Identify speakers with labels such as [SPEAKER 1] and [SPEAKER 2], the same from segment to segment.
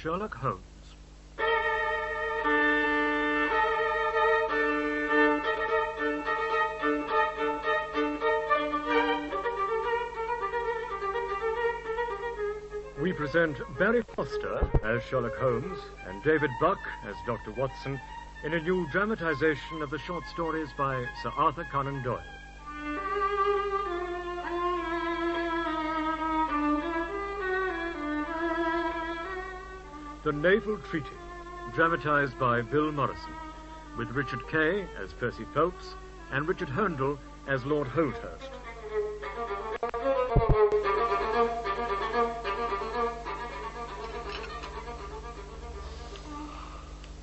[SPEAKER 1] Sherlock Holmes. We present Barry Foster as Sherlock Holmes and David Buck as Dr. Watson in a new dramatization of the short stories by Sir Arthur Conan Doyle. The Naval Treaty, dramatized by Bill Morrison, with Richard Kay as Percy Phelps and Richard Herndl as Lord Holdhurst.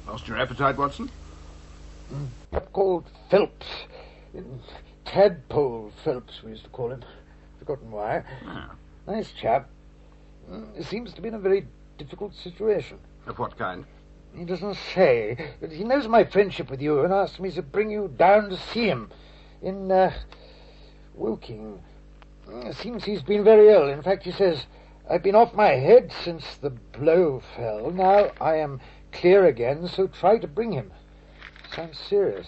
[SPEAKER 2] Lost your appetite, Watson?
[SPEAKER 3] Called Phelps. Tadpole Phelps, we used to call him. Forgotten why.
[SPEAKER 2] Ah.
[SPEAKER 3] Nice chap. Mm, Seems to be in a very difficult situation.
[SPEAKER 2] Of what kind?
[SPEAKER 3] He doesn't say, but he knows my friendship with you and asked me to bring you down to see him in uh, Woking. Mm, Seems he's been very ill. In fact, he says, I've been off my head since the blow fell. Now I am clear again, so try to bring him. Sounds serious.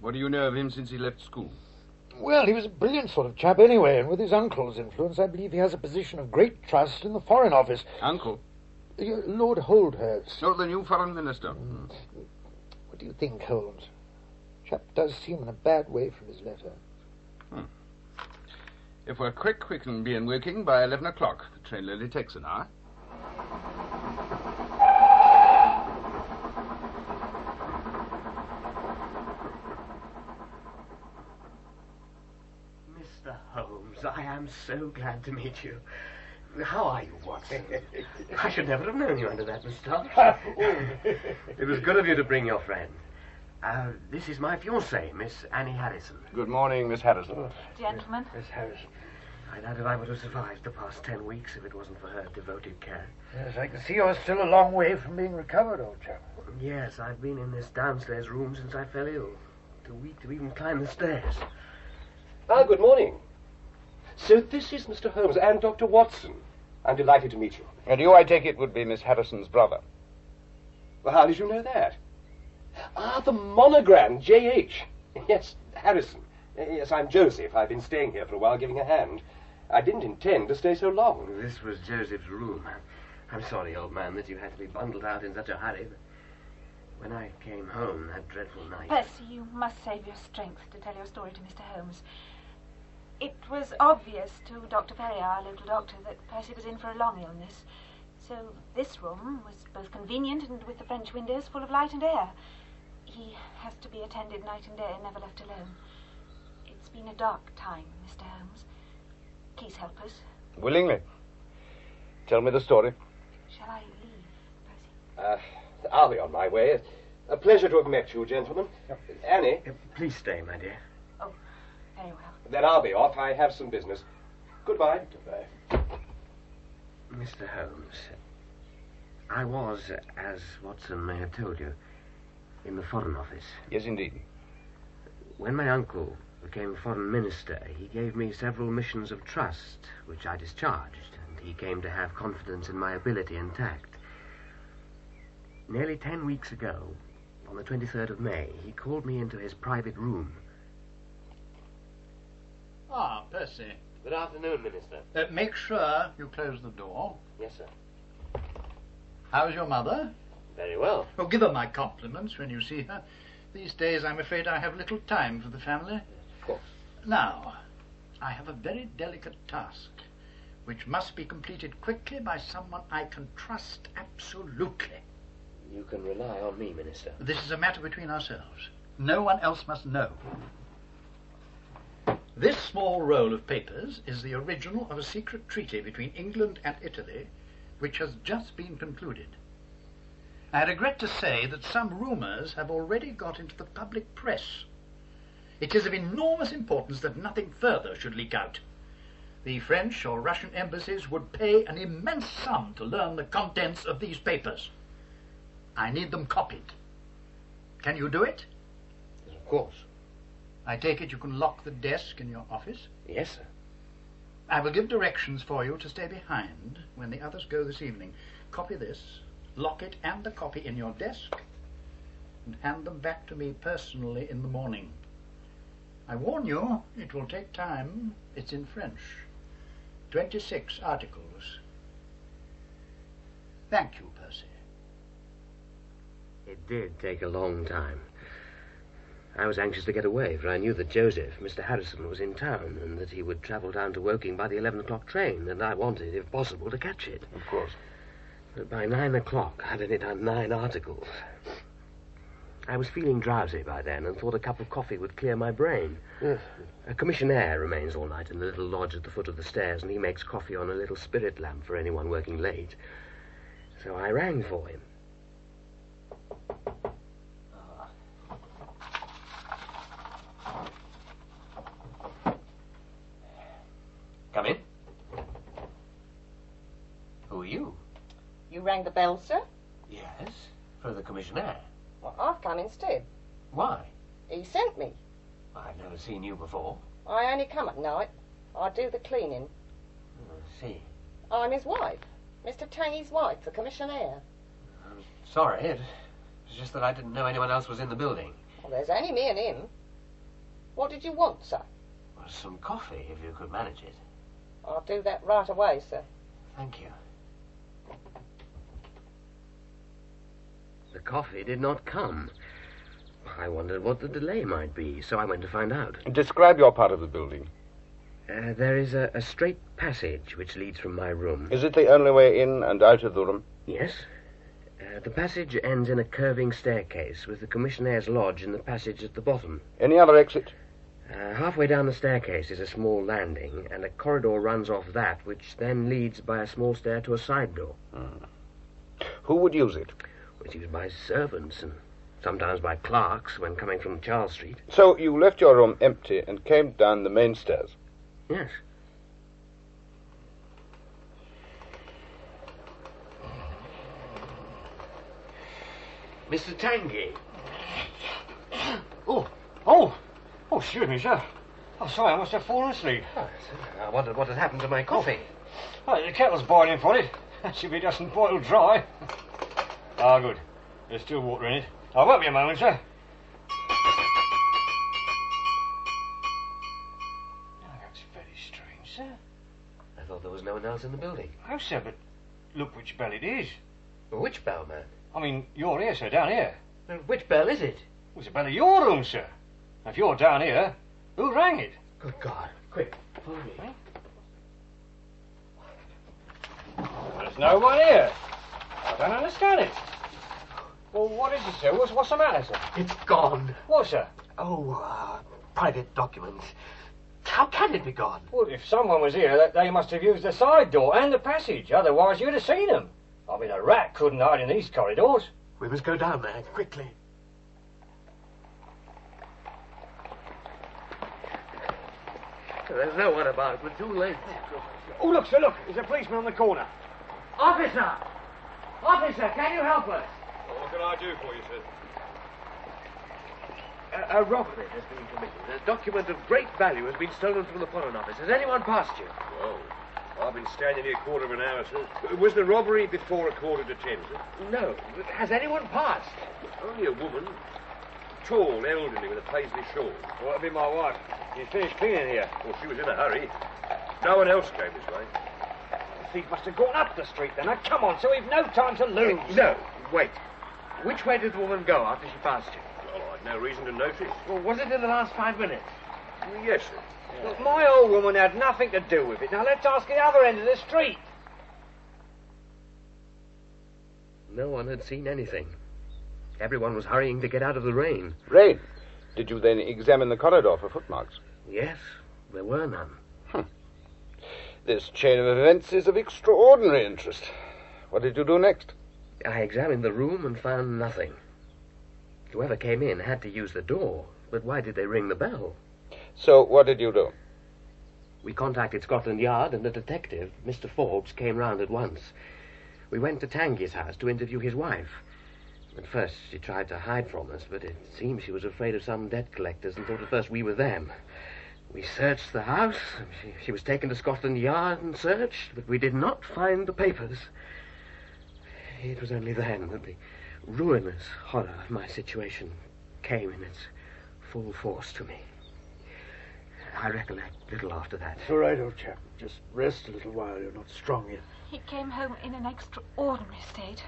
[SPEAKER 2] What do you know of him since he left school?
[SPEAKER 3] Well, he was a brilliant sort of chap anyway, and with his uncle's influence, I believe he has a position of great trust in the Foreign Office.
[SPEAKER 2] Uncle?
[SPEAKER 3] Uh, Lord Holdhurst.
[SPEAKER 2] Oh, the new foreign minister. Hmm.
[SPEAKER 3] What do you think, Holmes? Chap does seem in a bad way from his letter.
[SPEAKER 2] If we're quick, we can be in working by 11 o'clock. The train only takes an hour.
[SPEAKER 4] Mr. Holmes, I am so glad to meet you. How are you, Watson? I should never have known you under that moustache. it was good of you to bring your friend. Uh, this is my fiancée, Miss Annie Harrison.
[SPEAKER 2] Good morning, Miss Harrison.
[SPEAKER 5] Gentlemen,
[SPEAKER 4] Miss Harrison. I doubt if I would have survived the past ten weeks if it wasn't for her devoted care.
[SPEAKER 3] Yes, I can see you're still a long way from being recovered, old chap.
[SPEAKER 4] Yes, I've been in this downstairs room since I fell ill. Too weak to even climb the stairs.
[SPEAKER 6] Ah, good morning. So this is Mr. Holmes and Dr. Watson. I'm delighted to meet you.
[SPEAKER 7] Uh,
[SPEAKER 2] And you, I take it, would be Miss Harrison's brother.
[SPEAKER 6] Well, how did you know that? Ah, the monogram, J.H. Yes, Harrison. Eh, Yes, I'm Joseph. I've been staying here for a while giving a hand. I didn't intend to stay so long.
[SPEAKER 4] This was Joseph's room. I'm sorry, old man, that you had to be bundled out in such a hurry. But when I came home that dreadful night,
[SPEAKER 5] Percy, you must save your strength to tell your story to Mr. Holmes. It was obvious to Dr. Ferrier, our local doctor, that Percy was in for a long illness. So this room was both convenient and with the French windows full of light and air. He has to be attended night and day and never left alone. It's been a dark time, Mr. Holmes. Please help us.
[SPEAKER 7] Willingly. Tell me the story.
[SPEAKER 5] Shall I leave, Percy?
[SPEAKER 6] Uh, I'll be on my way. A pleasure to have met you, gentlemen. Annie,
[SPEAKER 4] Uh, please stay, my dear.
[SPEAKER 5] Very well.
[SPEAKER 6] then I'll be off. I have some business. Goodbye. Goodbye.
[SPEAKER 4] Mr. Holmes, I was, as Watson may have told you, in the Foreign Office.
[SPEAKER 7] Yes, indeed.
[SPEAKER 4] When my uncle became Foreign Minister, he gave me several missions of trust, which I discharged, and he came to have confidence in my ability and tact. Nearly ten weeks ago, on the 23rd of May, he called me into his private room.
[SPEAKER 8] Ah, Percy.
[SPEAKER 4] Good afternoon, Minister.
[SPEAKER 8] Uh, make sure you close the door.
[SPEAKER 4] Yes, sir.
[SPEAKER 8] How's your mother?
[SPEAKER 4] Very well.
[SPEAKER 8] Oh, give her my compliments when you see her. These days, I'm afraid I have little time for the family. Of
[SPEAKER 6] course.
[SPEAKER 8] Now, I have a very delicate task, which must be completed quickly by someone I can trust absolutely.
[SPEAKER 4] You can rely on me, Minister.
[SPEAKER 8] This is a matter between ourselves. No one else must know. This small roll of papers is the original of a secret treaty between England and Italy, which has just been concluded. I regret to say that some rumours have already got into the public press. It is of enormous importance that nothing further should leak out. The French or Russian embassies would pay an immense sum to learn the contents of these papers. I need them copied. Can you do it?
[SPEAKER 4] Of course.
[SPEAKER 8] I take it you can lock the desk in your office.
[SPEAKER 4] Yes, sir.
[SPEAKER 8] I will give directions for you to stay behind when the others go this evening. Copy this, lock it and the copy in your desk, and hand them back to me personally in the morning. I warn you, it will take time. It's in French. 26 articles. Thank you, Percy.
[SPEAKER 4] It did take a long time. I was anxious to get away, for I knew that Joseph, Mr. Harrison, was in town, and that he would travel down to Woking by the 11 o'clock train, and I wanted, if possible, to catch it.
[SPEAKER 7] Of course.
[SPEAKER 4] But by 9 o'clock, I'd only done nine articles. I was feeling drowsy by then, and thought a cup of coffee would clear my brain.
[SPEAKER 1] Yes.
[SPEAKER 4] A commissionaire remains all night in the little lodge at the foot of the stairs, and he makes coffee on a little spirit lamp for anyone working late. So I rang for him.
[SPEAKER 9] Come in. Who are you?
[SPEAKER 10] You rang the bell, sir?
[SPEAKER 9] Yes, for the commissionaire.
[SPEAKER 10] Well, I've come instead.
[SPEAKER 9] Why?
[SPEAKER 10] He sent me.
[SPEAKER 9] I've never seen you before.
[SPEAKER 10] I only come at night. I do the cleaning.
[SPEAKER 9] I see.
[SPEAKER 10] I'm his wife. Mr. Tangy's wife, the commissionaire.
[SPEAKER 9] Sorry, it was just that I didn't know anyone else was in the building.
[SPEAKER 10] Well, there's only me and him. What did you want, sir?
[SPEAKER 9] Well, some coffee, if you could manage it.
[SPEAKER 10] I'll do that right away, sir.
[SPEAKER 9] Thank you.
[SPEAKER 4] The coffee did not come. I wondered what the delay might be, so I went to find out.
[SPEAKER 7] Describe your part of the building.
[SPEAKER 4] Uh, there is a, a straight passage which leads from my room.
[SPEAKER 7] Is it the only way in and out of the room?
[SPEAKER 4] Yes. Uh, the passage ends in a curving staircase with the commissionaire's lodge in the passage at the bottom.
[SPEAKER 7] Any other exit?
[SPEAKER 4] Uh, halfway down the staircase is a small landing, and a corridor runs off that, which then leads by a small stair to a side door,
[SPEAKER 7] Who would use it?
[SPEAKER 4] which is used by servants and sometimes by clerks when coming from Charles Street.
[SPEAKER 7] So you left your room empty and came down the main stairs.
[SPEAKER 4] Yes.
[SPEAKER 9] Mr. Tangy.
[SPEAKER 1] Oh, oh, oh, excuse me, sir. Oh, sorry, I must have fallen asleep.
[SPEAKER 4] I wondered Uh, what had happened to my coffee.
[SPEAKER 1] Oh, the kettle's boiling for it. That should be just and boiled dry. Ah, good. There's still water in it. I won't be a moment, sir. Now, that's very strange, sir.
[SPEAKER 4] I thought there was no one else in the building.
[SPEAKER 1] Oh, sir, but look which bell it is.
[SPEAKER 4] Which bell, man?
[SPEAKER 1] I mean, you're here, sir, down here.
[SPEAKER 4] Which bell is it?
[SPEAKER 1] It was the bell of your room, sir. Now, if you're down here, who rang it?
[SPEAKER 4] Good God. Quick, follow me.
[SPEAKER 1] There's no one here. I don't understand it. Well, what is it, sir? What's, what's the matter, sir?
[SPEAKER 4] It's gone.
[SPEAKER 1] What, sir?
[SPEAKER 4] Oh, uh, private documents. How can it be gone?
[SPEAKER 1] Well, if someone was here, that they must have used the side door and the passage. Otherwise, you'd have seen them. I mean, a rat couldn't hide in these corridors.
[SPEAKER 4] We must go down there quickly. There's no one about. We're too late.
[SPEAKER 1] Oh, look, sir, look. There's a policeman on the corner.
[SPEAKER 4] Officer! Officer, can you help us?
[SPEAKER 1] What can I do for you, sir?
[SPEAKER 4] A, a robbery has been committed. A document of great value has been stolen from the Foreign Office. Has anyone passed you?
[SPEAKER 11] Oh, I've been standing here a quarter of an hour, sir. Was the robbery before a quarter to ten, sir?
[SPEAKER 4] No. Has anyone passed?
[SPEAKER 11] Only a woman. Tall, elderly, with a paisley shawl.
[SPEAKER 1] Well, that'd be my wife. She's finished cleaning here.
[SPEAKER 11] Well, she was in a hurry. No one else came this way.
[SPEAKER 1] The thief must have gone up the street then. Now, come on, sir. We've no time to lose.
[SPEAKER 4] No. Wait. Which way did the woman go after she passed you?
[SPEAKER 11] Well, I'd Oh, no reason to notice. Mm,
[SPEAKER 4] Well, was it in the last five minutes?
[SPEAKER 11] Yes, sir.
[SPEAKER 1] Look, my old woman had nothing to do with it. Now, let's ask the other end of the street.
[SPEAKER 4] No one had seen anything. Everyone was hurrying to get out of the rain.
[SPEAKER 7] Rain. Did you then examine the corridor for footmarks?
[SPEAKER 4] Yes, there were none.
[SPEAKER 7] This chain of events is of extraordinary interest. What did you do next?
[SPEAKER 4] I examined the room and found nothing. Whoever came in had to use the door, but why did they ring the bell?
[SPEAKER 7] So what did you do?
[SPEAKER 4] We contacted Scotland Yard, and a detective, Mr. Forbes, came round at once. We went to Tangy's house to interview his wife. At first, she tried to hide from us, but it seems she was afraid of some debt collectors and thought at first we were them. We searched the house. She, she was taken to Scotland Yard and searched, but we did not find the papers. It was only then that the ruinous horror of my situation came in its full force to me. I recollect little after that.
[SPEAKER 3] It's all right, old chap. Just rest a little while. You're not strong yet.
[SPEAKER 5] He came home in an extraordinary state.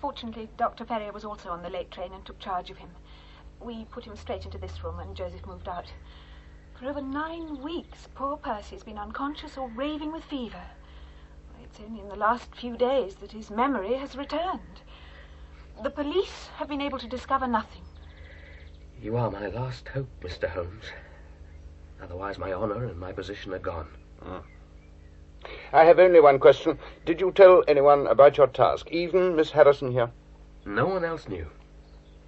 [SPEAKER 5] Fortunately, Dr. Ferrier was also on the late train and took charge of him. We put him straight into this room and Joseph moved out. For over nine weeks, poor Percy's been unconscious or raving with fever. It's only in the last few days that his memory has returned. The police have been able to discover nothing.
[SPEAKER 4] You are my last hope, Mr. Holmes. Otherwise, my honor and my position are gone.
[SPEAKER 7] I have only one question. Did you tell anyone about your task, even Miss Harrison here?
[SPEAKER 4] No one else knew.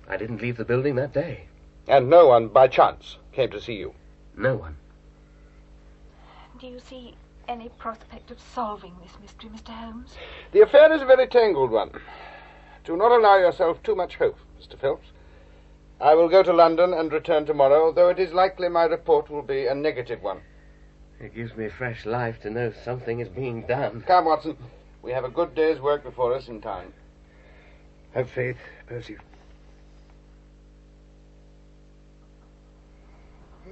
[SPEAKER 4] I didn't leave the building that day.
[SPEAKER 7] And no one, by chance, came to see you?
[SPEAKER 4] No one.
[SPEAKER 5] Do you see any prospect of solving this mystery, Mr. Holmes?
[SPEAKER 7] The affair is a very tangled one. Do not allow yourself too much hope, Mr. Phelps. I will go to London and return tomorrow, though it is likely my report will be a negative one.
[SPEAKER 4] It gives me fresh life to know something is being done.
[SPEAKER 7] Come, Watson. We have a good day's work before us in time.
[SPEAKER 3] Have faith, Percy.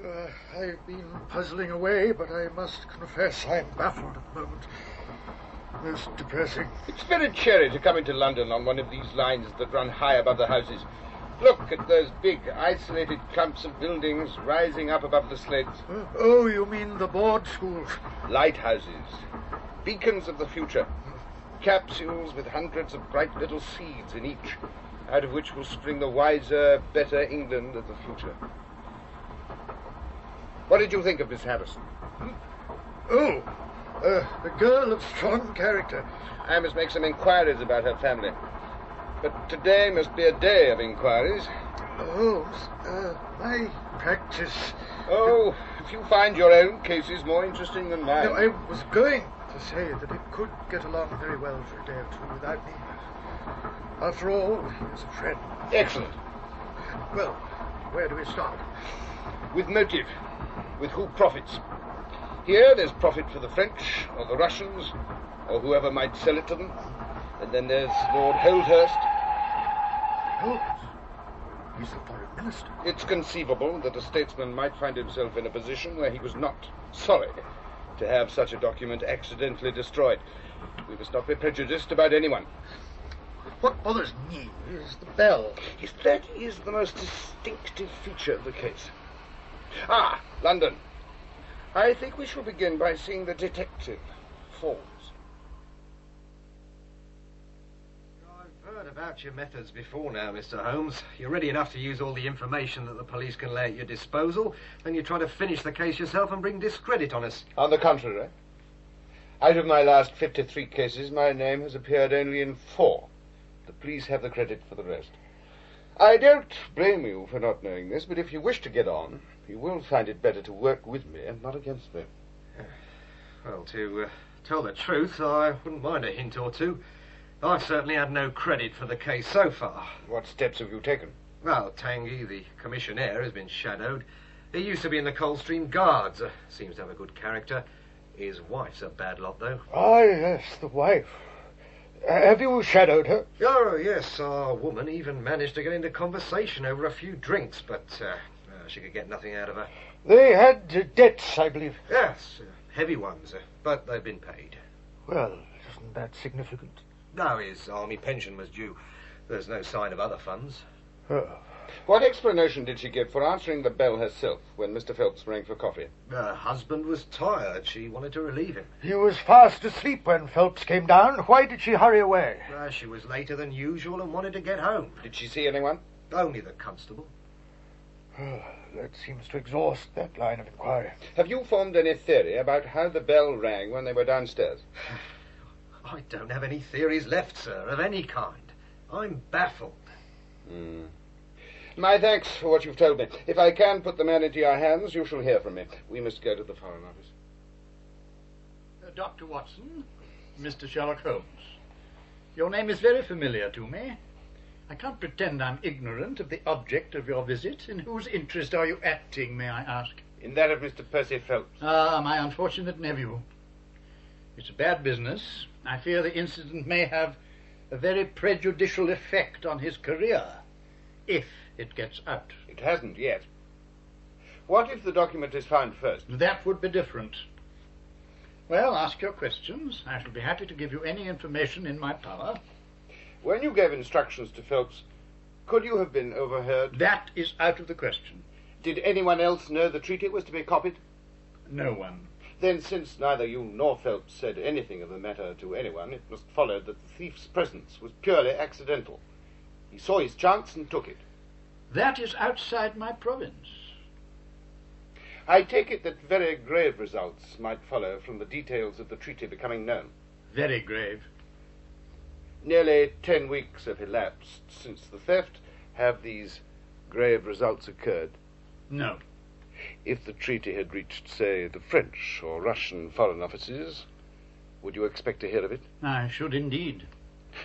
[SPEAKER 3] Uh, I've been puzzling away, but I must confess I'm baffled at the moment. Most depressing.
[SPEAKER 7] It's very cheery to come into London on one of these lines that run high above the houses. Look at those big, isolated clumps of buildings rising up above the sleds.
[SPEAKER 3] Oh, you mean the board schools?
[SPEAKER 7] Lighthouses, beacons of the future, capsules with hundreds of bright little seeds in each, out of which will spring the wiser, better England of the future. What did you think of Miss Harrison?
[SPEAKER 3] Oh, uh, a girl of strong character.
[SPEAKER 7] I must make some inquiries about her family. But today must be a day of inquiries.
[SPEAKER 3] Holmes, uh, my practice.
[SPEAKER 7] Oh, if you find your own cases more interesting than mine.
[SPEAKER 3] No, I was going to say that it could get along very well for a day or two without me. After all, he is a friend.
[SPEAKER 7] Excellent.
[SPEAKER 3] Well, where do we start?
[SPEAKER 7] With motive, with who profits. Here there's profit for the French or the Russians or whoever might sell it to them. And then there's Lord Holdhurst.
[SPEAKER 3] Holmes, he's the foreign minister.
[SPEAKER 7] It's conceivable that a statesman might find himself in a position where he was not sorry to have such a document accidentally destroyed. We must not be prejudiced about anyone.
[SPEAKER 3] What bothers me is the bell.
[SPEAKER 7] Yes, that is the most distinctive feature of the case. Ah, London. I think we shall begin by seeing the detective, Forbes.
[SPEAKER 12] I've heard about your methods before now, Mr. Holmes. You're ready enough to use all the information that the police can lay at your disposal. Then you try to finish the case yourself and bring discredit on us.
[SPEAKER 7] On the contrary, out of my last 53 cases, my name has appeared only in four. The police have the credit for the rest. I don't blame you for not knowing this, but if you wish to get on, you will find it better to work with me and not against me.
[SPEAKER 12] Well, to uh, tell the truth, I wouldn't mind a hint or two. I've certainly had no credit for the case so far.
[SPEAKER 7] What steps have you taken?
[SPEAKER 12] Well, Tangy, the commissionaire, has been shadowed. He used to be in the Coldstream Guards. Uh, Seems to have a good character. His wife's a bad lot, though.
[SPEAKER 3] Ah, yes, the wife. Uh, have you shadowed her?
[SPEAKER 12] Oh, yes, our woman even managed to get into conversation over a few drinks, but uh, uh, she could get nothing out of her.
[SPEAKER 3] They had uh, debts, I believe.
[SPEAKER 12] Yes, uh, heavy ones, uh, but they've been paid.
[SPEAKER 3] Well, isn't that significant?
[SPEAKER 12] No, his army pension was due. There's no sign of other funds.
[SPEAKER 3] Oh.
[SPEAKER 7] What explanation did she give for answering the bell herself when Mr. Phelps rang for coffee?
[SPEAKER 12] Her husband was tired. She wanted to relieve him.
[SPEAKER 3] He was fast asleep when Phelps came down. Why did she hurry away?
[SPEAKER 12] Uh, she was later than usual and wanted to get home.
[SPEAKER 7] Did she see anyone?
[SPEAKER 12] Only the constable.
[SPEAKER 3] Oh, that seems to exhaust that line of inquiry.
[SPEAKER 7] Have you formed any theory about how the bell rang when they were downstairs?
[SPEAKER 12] I don't have any theories left, sir, of any kind. I'm baffled.
[SPEAKER 7] Hmm. My thanks for what you've told me. If I can put the man into your hands, you shall hear from me. We must go to the Foreign Office.
[SPEAKER 8] Uh, Dr. Watson, Mr. Sherlock Holmes, your name is very familiar to me. I can't pretend I'm ignorant of the object of your visit. In whose interest are you acting, may I ask?
[SPEAKER 7] in that of Mr. Percy Phelps.
[SPEAKER 8] Ah, my unfortunate nephew. It's a bad business. I fear the incident may have a very prejudicial effect on his career, if it gets out.
[SPEAKER 7] It hasn't yet. What if the document is found first?
[SPEAKER 8] That would be different. Well, ask your questions. I shall be happy to give you any information in my power.
[SPEAKER 7] When you gave instructions to Phelps, could you have been overheard?
[SPEAKER 8] That is out of the question.
[SPEAKER 7] Did anyone else know the treaty was to be copied?
[SPEAKER 8] No one.
[SPEAKER 7] Then, since neither you nor Phelps said anything of the matter to anyone, it must follow that the thief's presence was purely accidental. He saw his chance and took it.
[SPEAKER 8] That is outside my province.
[SPEAKER 7] I take it that very grave results might follow from the details of the treaty becoming known.
[SPEAKER 8] Very grave.
[SPEAKER 7] Nearly ten weeks have elapsed since the theft. Have these grave results occurred?
[SPEAKER 8] No.
[SPEAKER 7] If the treaty had reached, say, the French or Russian foreign offices, would you expect to hear of it?
[SPEAKER 8] I should indeed.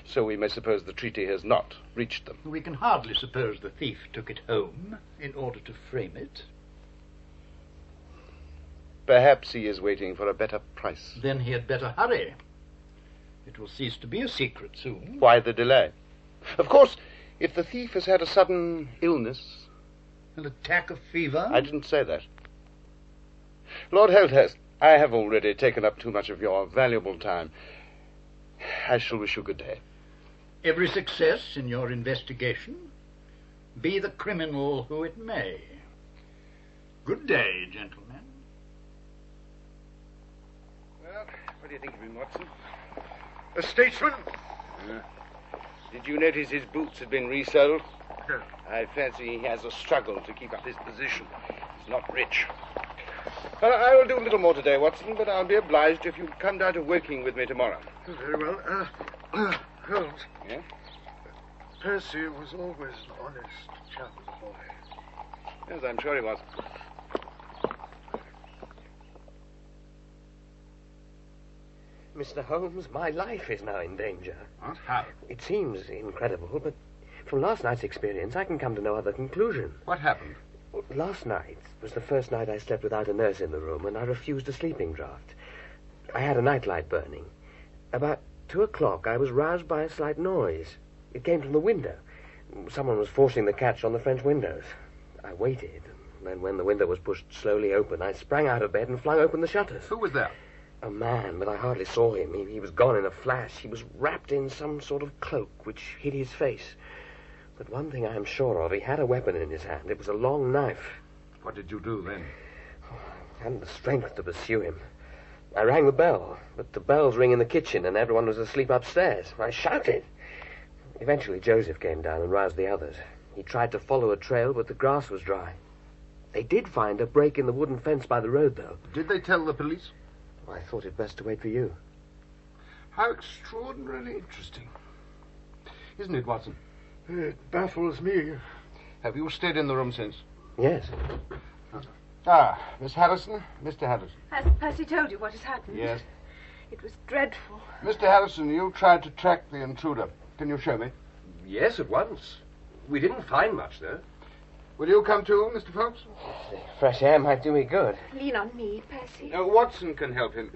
[SPEAKER 7] So we may suppose the treaty has not reached them.
[SPEAKER 8] We can hardly suppose the thief took it home in order to frame it.
[SPEAKER 7] Perhaps he is waiting for a better price.
[SPEAKER 8] Then he had better hurry. It will cease to be a secret soon.
[SPEAKER 7] Why the delay? Of course, if the thief has had a sudden illness.
[SPEAKER 8] An attack of fever?
[SPEAKER 7] I didn't say that. Lord Holdhurst, I have already taken up too much of your valuable time. I shall wish you good day.
[SPEAKER 8] Every success in your investigation, be the criminal who it may. Good day, gentlemen.
[SPEAKER 13] Well, what do you think of him, Watson?
[SPEAKER 7] A statesman? Did you notice his boots had been resold?
[SPEAKER 13] No.
[SPEAKER 7] I fancy he has a struggle to keep up his position. He's not rich. Well, I will do little more today, Watson, but I'll be obliged if you come down to Woking with me tomorrow.
[SPEAKER 14] Very well. Uh, uh, Holmes,
[SPEAKER 7] Yeah?
[SPEAKER 14] Percy was always an honest chap of a boy.
[SPEAKER 7] Yes, I'm sure he was.
[SPEAKER 4] Mr. Holmes, my life is now in danger.
[SPEAKER 2] What? How?
[SPEAKER 4] It seems incredible, but from last night's experience, I can come to no other conclusion.
[SPEAKER 2] What happened?
[SPEAKER 4] Last night was the first night I slept without a nurse in the room, and I refused a sleeping draught. I had a nightlight burning. About two o'clock, I was roused by a slight noise. It came from the window. Someone was forcing the catch on the French windows. I waited, and then when the window was pushed slowly open, I sprang out of bed and flung open the shutters.
[SPEAKER 2] Who was there?
[SPEAKER 4] A man, but I hardly saw him. He, he was gone in a flash. He was wrapped in some sort of cloak which hid his face. But one thing I am sure of, he had a weapon in his hand. It was a long knife.
[SPEAKER 2] What did you do then?
[SPEAKER 4] I hadn't the strength to pursue him. I rang the bell, but the bells ring in the kitchen and everyone was asleep upstairs. I shouted. Eventually, Joseph came down and roused the others. He tried to follow a trail, but the grass was dry. They did find a break in the wooden fence by the road, though.
[SPEAKER 2] Did they tell the police?
[SPEAKER 4] I thought it best to wait for you.
[SPEAKER 2] How extraordinarily interesting. Isn't it, Watson?
[SPEAKER 14] It baffles me.
[SPEAKER 7] Have you stayed in the room since?
[SPEAKER 4] Yes.
[SPEAKER 7] Ah, Miss Harrison? Mr. Harrison.
[SPEAKER 5] Has Percy told you what has happened?
[SPEAKER 7] Yes.
[SPEAKER 5] It was dreadful.
[SPEAKER 7] Mr. Harrison, you tried to track the intruder. Can you show me?
[SPEAKER 13] Yes, at once. We didn't find much, though.
[SPEAKER 7] Will you come too, Mr. Phelps?
[SPEAKER 4] Fresh air might do me good.
[SPEAKER 5] Lean on me, Percy.
[SPEAKER 7] Uh, Watson can help him.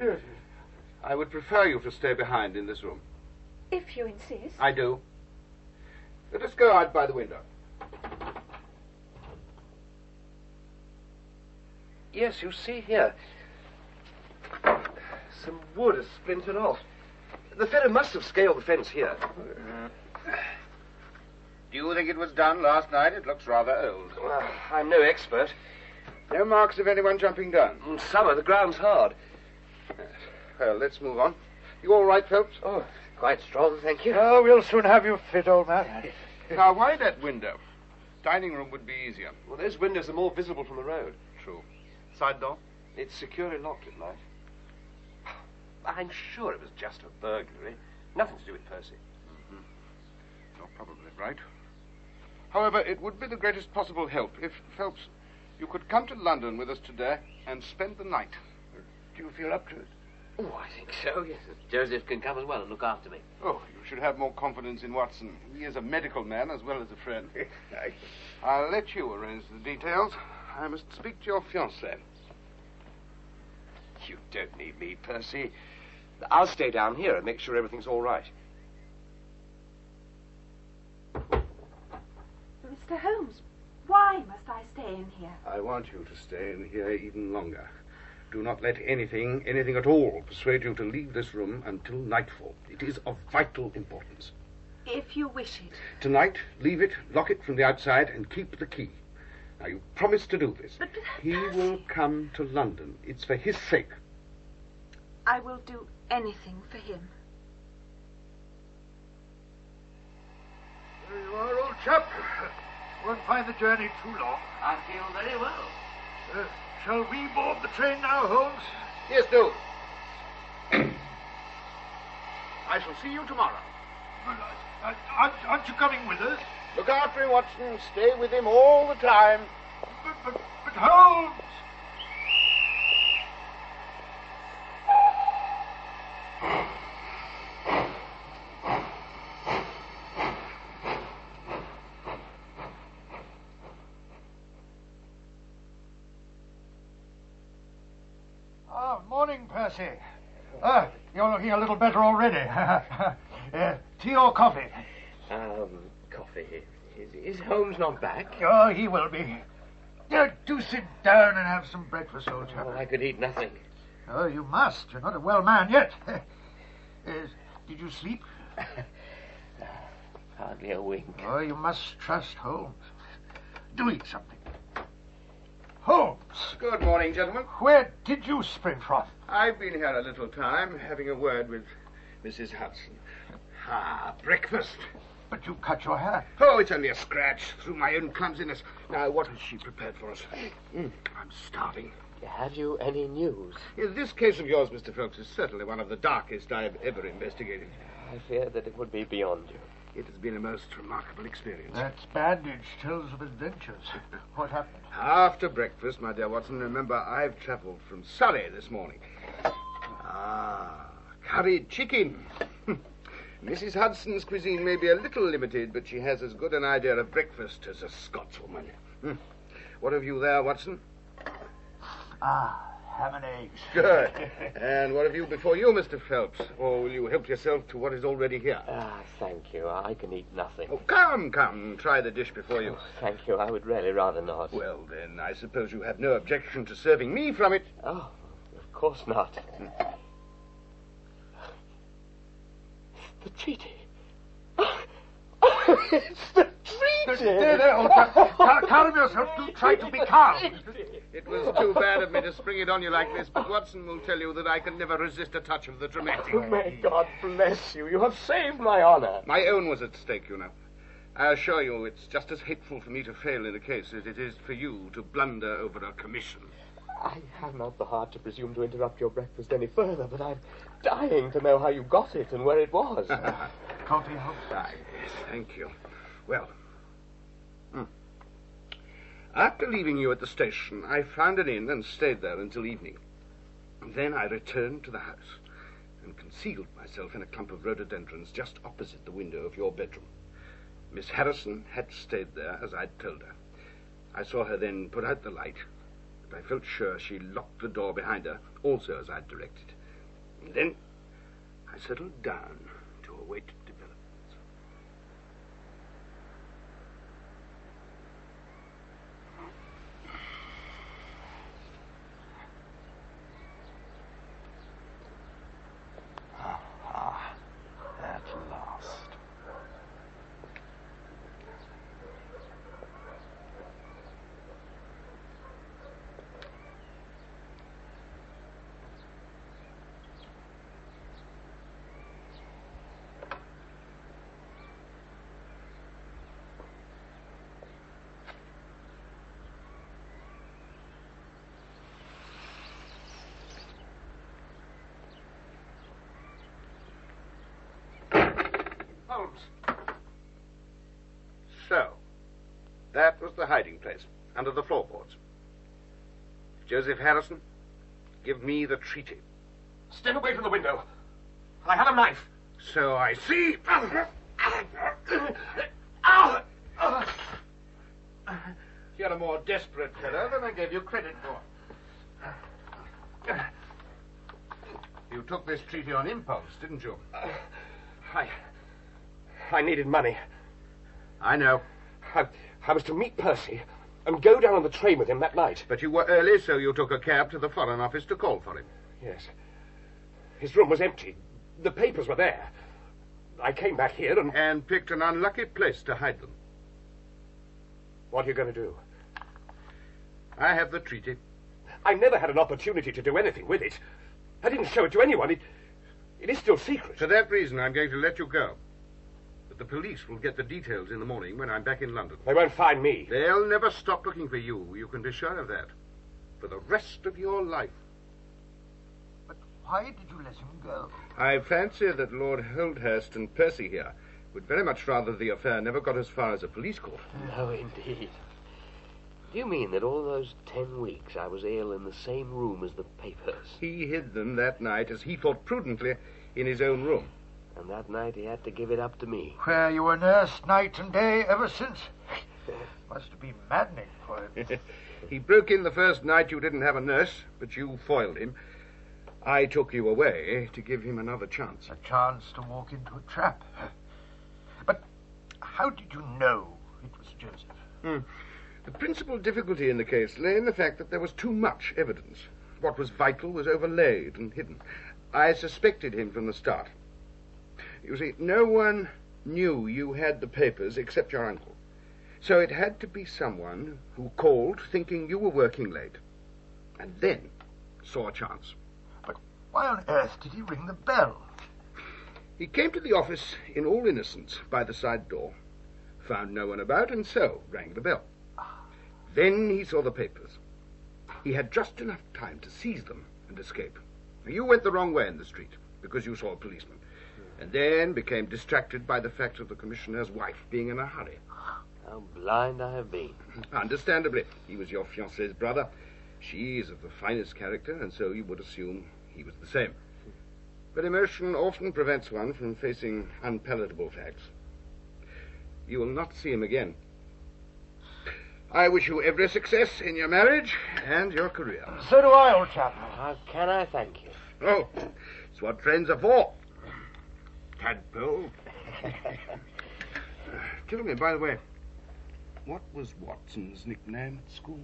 [SPEAKER 7] I would prefer you to stay behind in this room.
[SPEAKER 5] If you insist.
[SPEAKER 7] I do. Let us go out by the window.
[SPEAKER 13] Yes, you see here. Some wood has splintered off. The fellow must have scaled the fence here.
[SPEAKER 7] Do you think it was done last night? It looks rather old.
[SPEAKER 13] Well, I'm no expert.
[SPEAKER 7] No marks of anyone jumping down.
[SPEAKER 13] In summer, the ground's hard.
[SPEAKER 7] Well, let's move on. You all right, Phelps?
[SPEAKER 13] Oh, quite strong, thank you.
[SPEAKER 3] Oh, we'll soon have you fit, old man.
[SPEAKER 7] now, why that window? Dining room would be easier.
[SPEAKER 13] Well, those windows are more visible from the road.
[SPEAKER 7] True. Side door?
[SPEAKER 13] It's securely locked at night. I'm sure it was just a burglary. Nothing to do with Percy.
[SPEAKER 7] You're probably right. However, it would be the greatest possible help if, Phelps, you could come to London with us today and spend the night.
[SPEAKER 13] Do you feel up to it?
[SPEAKER 4] Oh, I think so, yes. Joseph can come as well and look after me.
[SPEAKER 7] Oh, you should have more confidence in Watson. He is a medical man as well as a friend. I'll let you arrange the details. I must speak to your fiancée.
[SPEAKER 13] You don't need me, Percy. I'll stay down here and make sure everything's all right.
[SPEAKER 5] Mr. Holmes, why must I stay in here?
[SPEAKER 7] I want you to stay in here even longer. Do not let anything, anything at all, persuade you to leave this room until nightfall. It is of vital importance.
[SPEAKER 5] If you wish it.
[SPEAKER 7] Tonight, leave it, lock it from the outside, and keep the key. Now, you promised to do this. he will come to London. It's for his sake.
[SPEAKER 5] I will do anything for him.
[SPEAKER 14] There you are, old chap. Won't find the journey too long.
[SPEAKER 8] I feel very well.
[SPEAKER 14] Uh, shall we board the train now, Holmes?
[SPEAKER 7] Yes, do.
[SPEAKER 14] I shall see you tomorrow. Well, uh, aren't, aren't you coming with us?
[SPEAKER 7] Look after him, Watson. Stay with him all the time.
[SPEAKER 14] But, but, but Holmes! Ah, morning, Percy. Ah, you're looking a little better already. uh, tea or coffee?
[SPEAKER 4] Um, coffee. Is, is Holmes not back?
[SPEAKER 14] Oh, he will be. Do, do sit down and have some breakfast, old chap.
[SPEAKER 4] Oh, I could eat nothing.
[SPEAKER 14] Oh, you must. You're not a well man yet. Yes, did you sleep?
[SPEAKER 4] Hardly a wink.
[SPEAKER 14] Oh, you must trust Holmes. Do eat something. Holmes!
[SPEAKER 7] Good morning, gentlemen.
[SPEAKER 14] Where did you spring from?
[SPEAKER 7] I've been here a little time, having a word with Mrs. Hudson. Ah, breakfast.
[SPEAKER 14] But you cut your hair.
[SPEAKER 7] Oh, it's only a scratch through my own clumsiness. Now, what has she prepared for us? Mm, I'm starving.
[SPEAKER 4] Have you any news?
[SPEAKER 7] Yeah, This case of yours, Mr. Phelps, is certainly one of the darkest I have ever investigated.
[SPEAKER 4] I fear that it would be beyond you.
[SPEAKER 7] It has been a most remarkable experience.
[SPEAKER 14] That bandage tells of adventures. What happened?
[SPEAKER 7] After breakfast, my dear Watson, remember I've travelled from Surrey this morning. Ah, curried chicken. Mrs. Hudson's cuisine may be a little limited, but she has as good an idea of breakfast as a Scotswoman. Hmm. What have you there, Watson?
[SPEAKER 14] Ah, ham and eggs.
[SPEAKER 7] Good. and what have you before you, Mr. Phelps? Or will you help yourself to what is already here?
[SPEAKER 14] Uh.
[SPEAKER 4] Ah, thank you. I can eat nothing.
[SPEAKER 7] Oh, come, come. Try the dish before you.
[SPEAKER 4] Thank you. I would really rather not.
[SPEAKER 7] Well, then, I suppose you have no objection to serving me from it.
[SPEAKER 4] Oh, of course not. the treaty. it's the treaty.
[SPEAKER 14] There, there, old chap. Cal- Calm yourself. Do try to be calm.
[SPEAKER 7] It was too bad of me to spring it on you like this, but Watson will tell you that I can never resist a touch of the dramatic.
[SPEAKER 4] May God bless you. You have saved my honor.
[SPEAKER 7] My own was at stake, you know. I assure you, it's just as hateful for me to fail in a case as it is for you to blunder over a commission.
[SPEAKER 4] I have not the heart to presume to interrupt your breakfast any further, but I'm dying to know how you got it and where it was.
[SPEAKER 14] Coffee, Holmes.
[SPEAKER 7] Ah, yes, thank you. Well, hmm. after leaving you at the station, I found an inn and stayed there until evening. Then I returned to the house and concealed myself in a clump of rhododendrons just opposite the window of your bedroom. Miss Harrison had stayed there, as I'd told her. I saw her then put out the light, but I felt sure she locked the door behind her, also as I'd directed. And then I settled down to await developments.
[SPEAKER 4] Ah, at last.
[SPEAKER 12] Holmes.
[SPEAKER 7] So, that was the hiding place, under the floorboards. Joseph Harrison, give me the treaty.
[SPEAKER 12] Stay away from the window. I had a knife.
[SPEAKER 7] So I see. You're a more desperate fellow than I gave you credit for.
[SPEAKER 2] You took this treaty on impulse, didn't you?
[SPEAKER 6] I. I needed money.
[SPEAKER 2] I know.
[SPEAKER 6] I, I was to meet Percy and go down on the train with him that night.
[SPEAKER 2] But you were early, so you took a cab to the Foreign Office to call for him.
[SPEAKER 6] Yes. His room was empty. The papers were there. I came back here and.
[SPEAKER 2] And picked an unlucky place to hide them.
[SPEAKER 6] What are you going to do?
[SPEAKER 2] I have the treaty.
[SPEAKER 6] I never had an opportunity to do anything with it. I didn't show it to anyone. It, it is still secret.
[SPEAKER 2] For that reason, I'm going to let you go. But the police will get the details in the morning when I'm back in London.
[SPEAKER 6] They won't find me.
[SPEAKER 2] They'll never stop looking for you. You can be sure of that. For the rest of your life.
[SPEAKER 14] But why did you let him go?
[SPEAKER 7] I fancy that Lord Holdhurst and Percy here would very much rather the affair never got as far as a police court.
[SPEAKER 4] No, indeed. Do you mean that all those ten weeks I was ill in the same room as the papers?
[SPEAKER 7] He hid them that night, as he thought prudently, in his own room.
[SPEAKER 4] And that night he had to give it up to me.
[SPEAKER 14] Where you were nursed night and day ever since. Must have been maddening for him.
[SPEAKER 7] he broke in the first night you didn't have a nurse, but you foiled him. I took you away to give him another chance.
[SPEAKER 14] A chance to walk into a trap. But how did you know it was Joseph?
[SPEAKER 7] Hmm. The principal difficulty in the case lay in the fact that there was too much evidence. What was vital was overlaid and hidden. I suspected him from the start. You see, no one knew you had the papers except your uncle. So it had to be someone who called thinking you were working late and then saw a chance.
[SPEAKER 14] But why on earth did he ring the bell?
[SPEAKER 7] He came to the office in all innocence by the side door, found no one about, and so rang the bell. Then he saw the papers. He had just enough time to seize them and escape. You went the wrong way in the street because you saw a policeman, and then became distracted by the fact of the commissioner's wife being in a hurry.
[SPEAKER 4] How blind I have been.
[SPEAKER 7] Understandably. He was your fiancee's brother. She is of the finest character, and so you would assume he was the same. But emotion often prevents one from facing unpalatable facts. You will not see him again. I wish you every success in your marriage and your career.
[SPEAKER 14] So do I, old chap.
[SPEAKER 4] How can I thank you?
[SPEAKER 7] Oh, it's what friends are for. Tadpole. Tell me, by the way, what was Watson's nickname at school?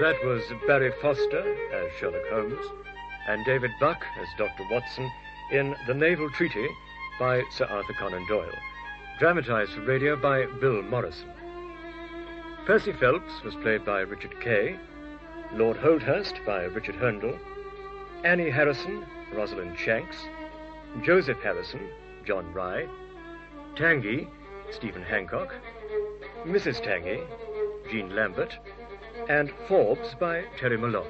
[SPEAKER 1] That was Barry Foster as Sherlock Holmes and David Buck as Dr. Watson in The Naval Treaty by Sir Arthur Conan Doyle. Dramatized for radio by Bill Morrison. Percy Phelps was played by Richard Kay, Lord Holdhurst by Richard Herndl, Annie Harrison, Rosalind Shanks, Joseph Harrison, John Rye, Tangy, Stephen Hancock, Mrs. Tangy, Jean Lambert, and Forbes by Terry Malloy.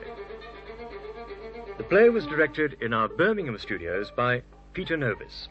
[SPEAKER 1] The play was directed in our Birmingham studios by Peter Novis.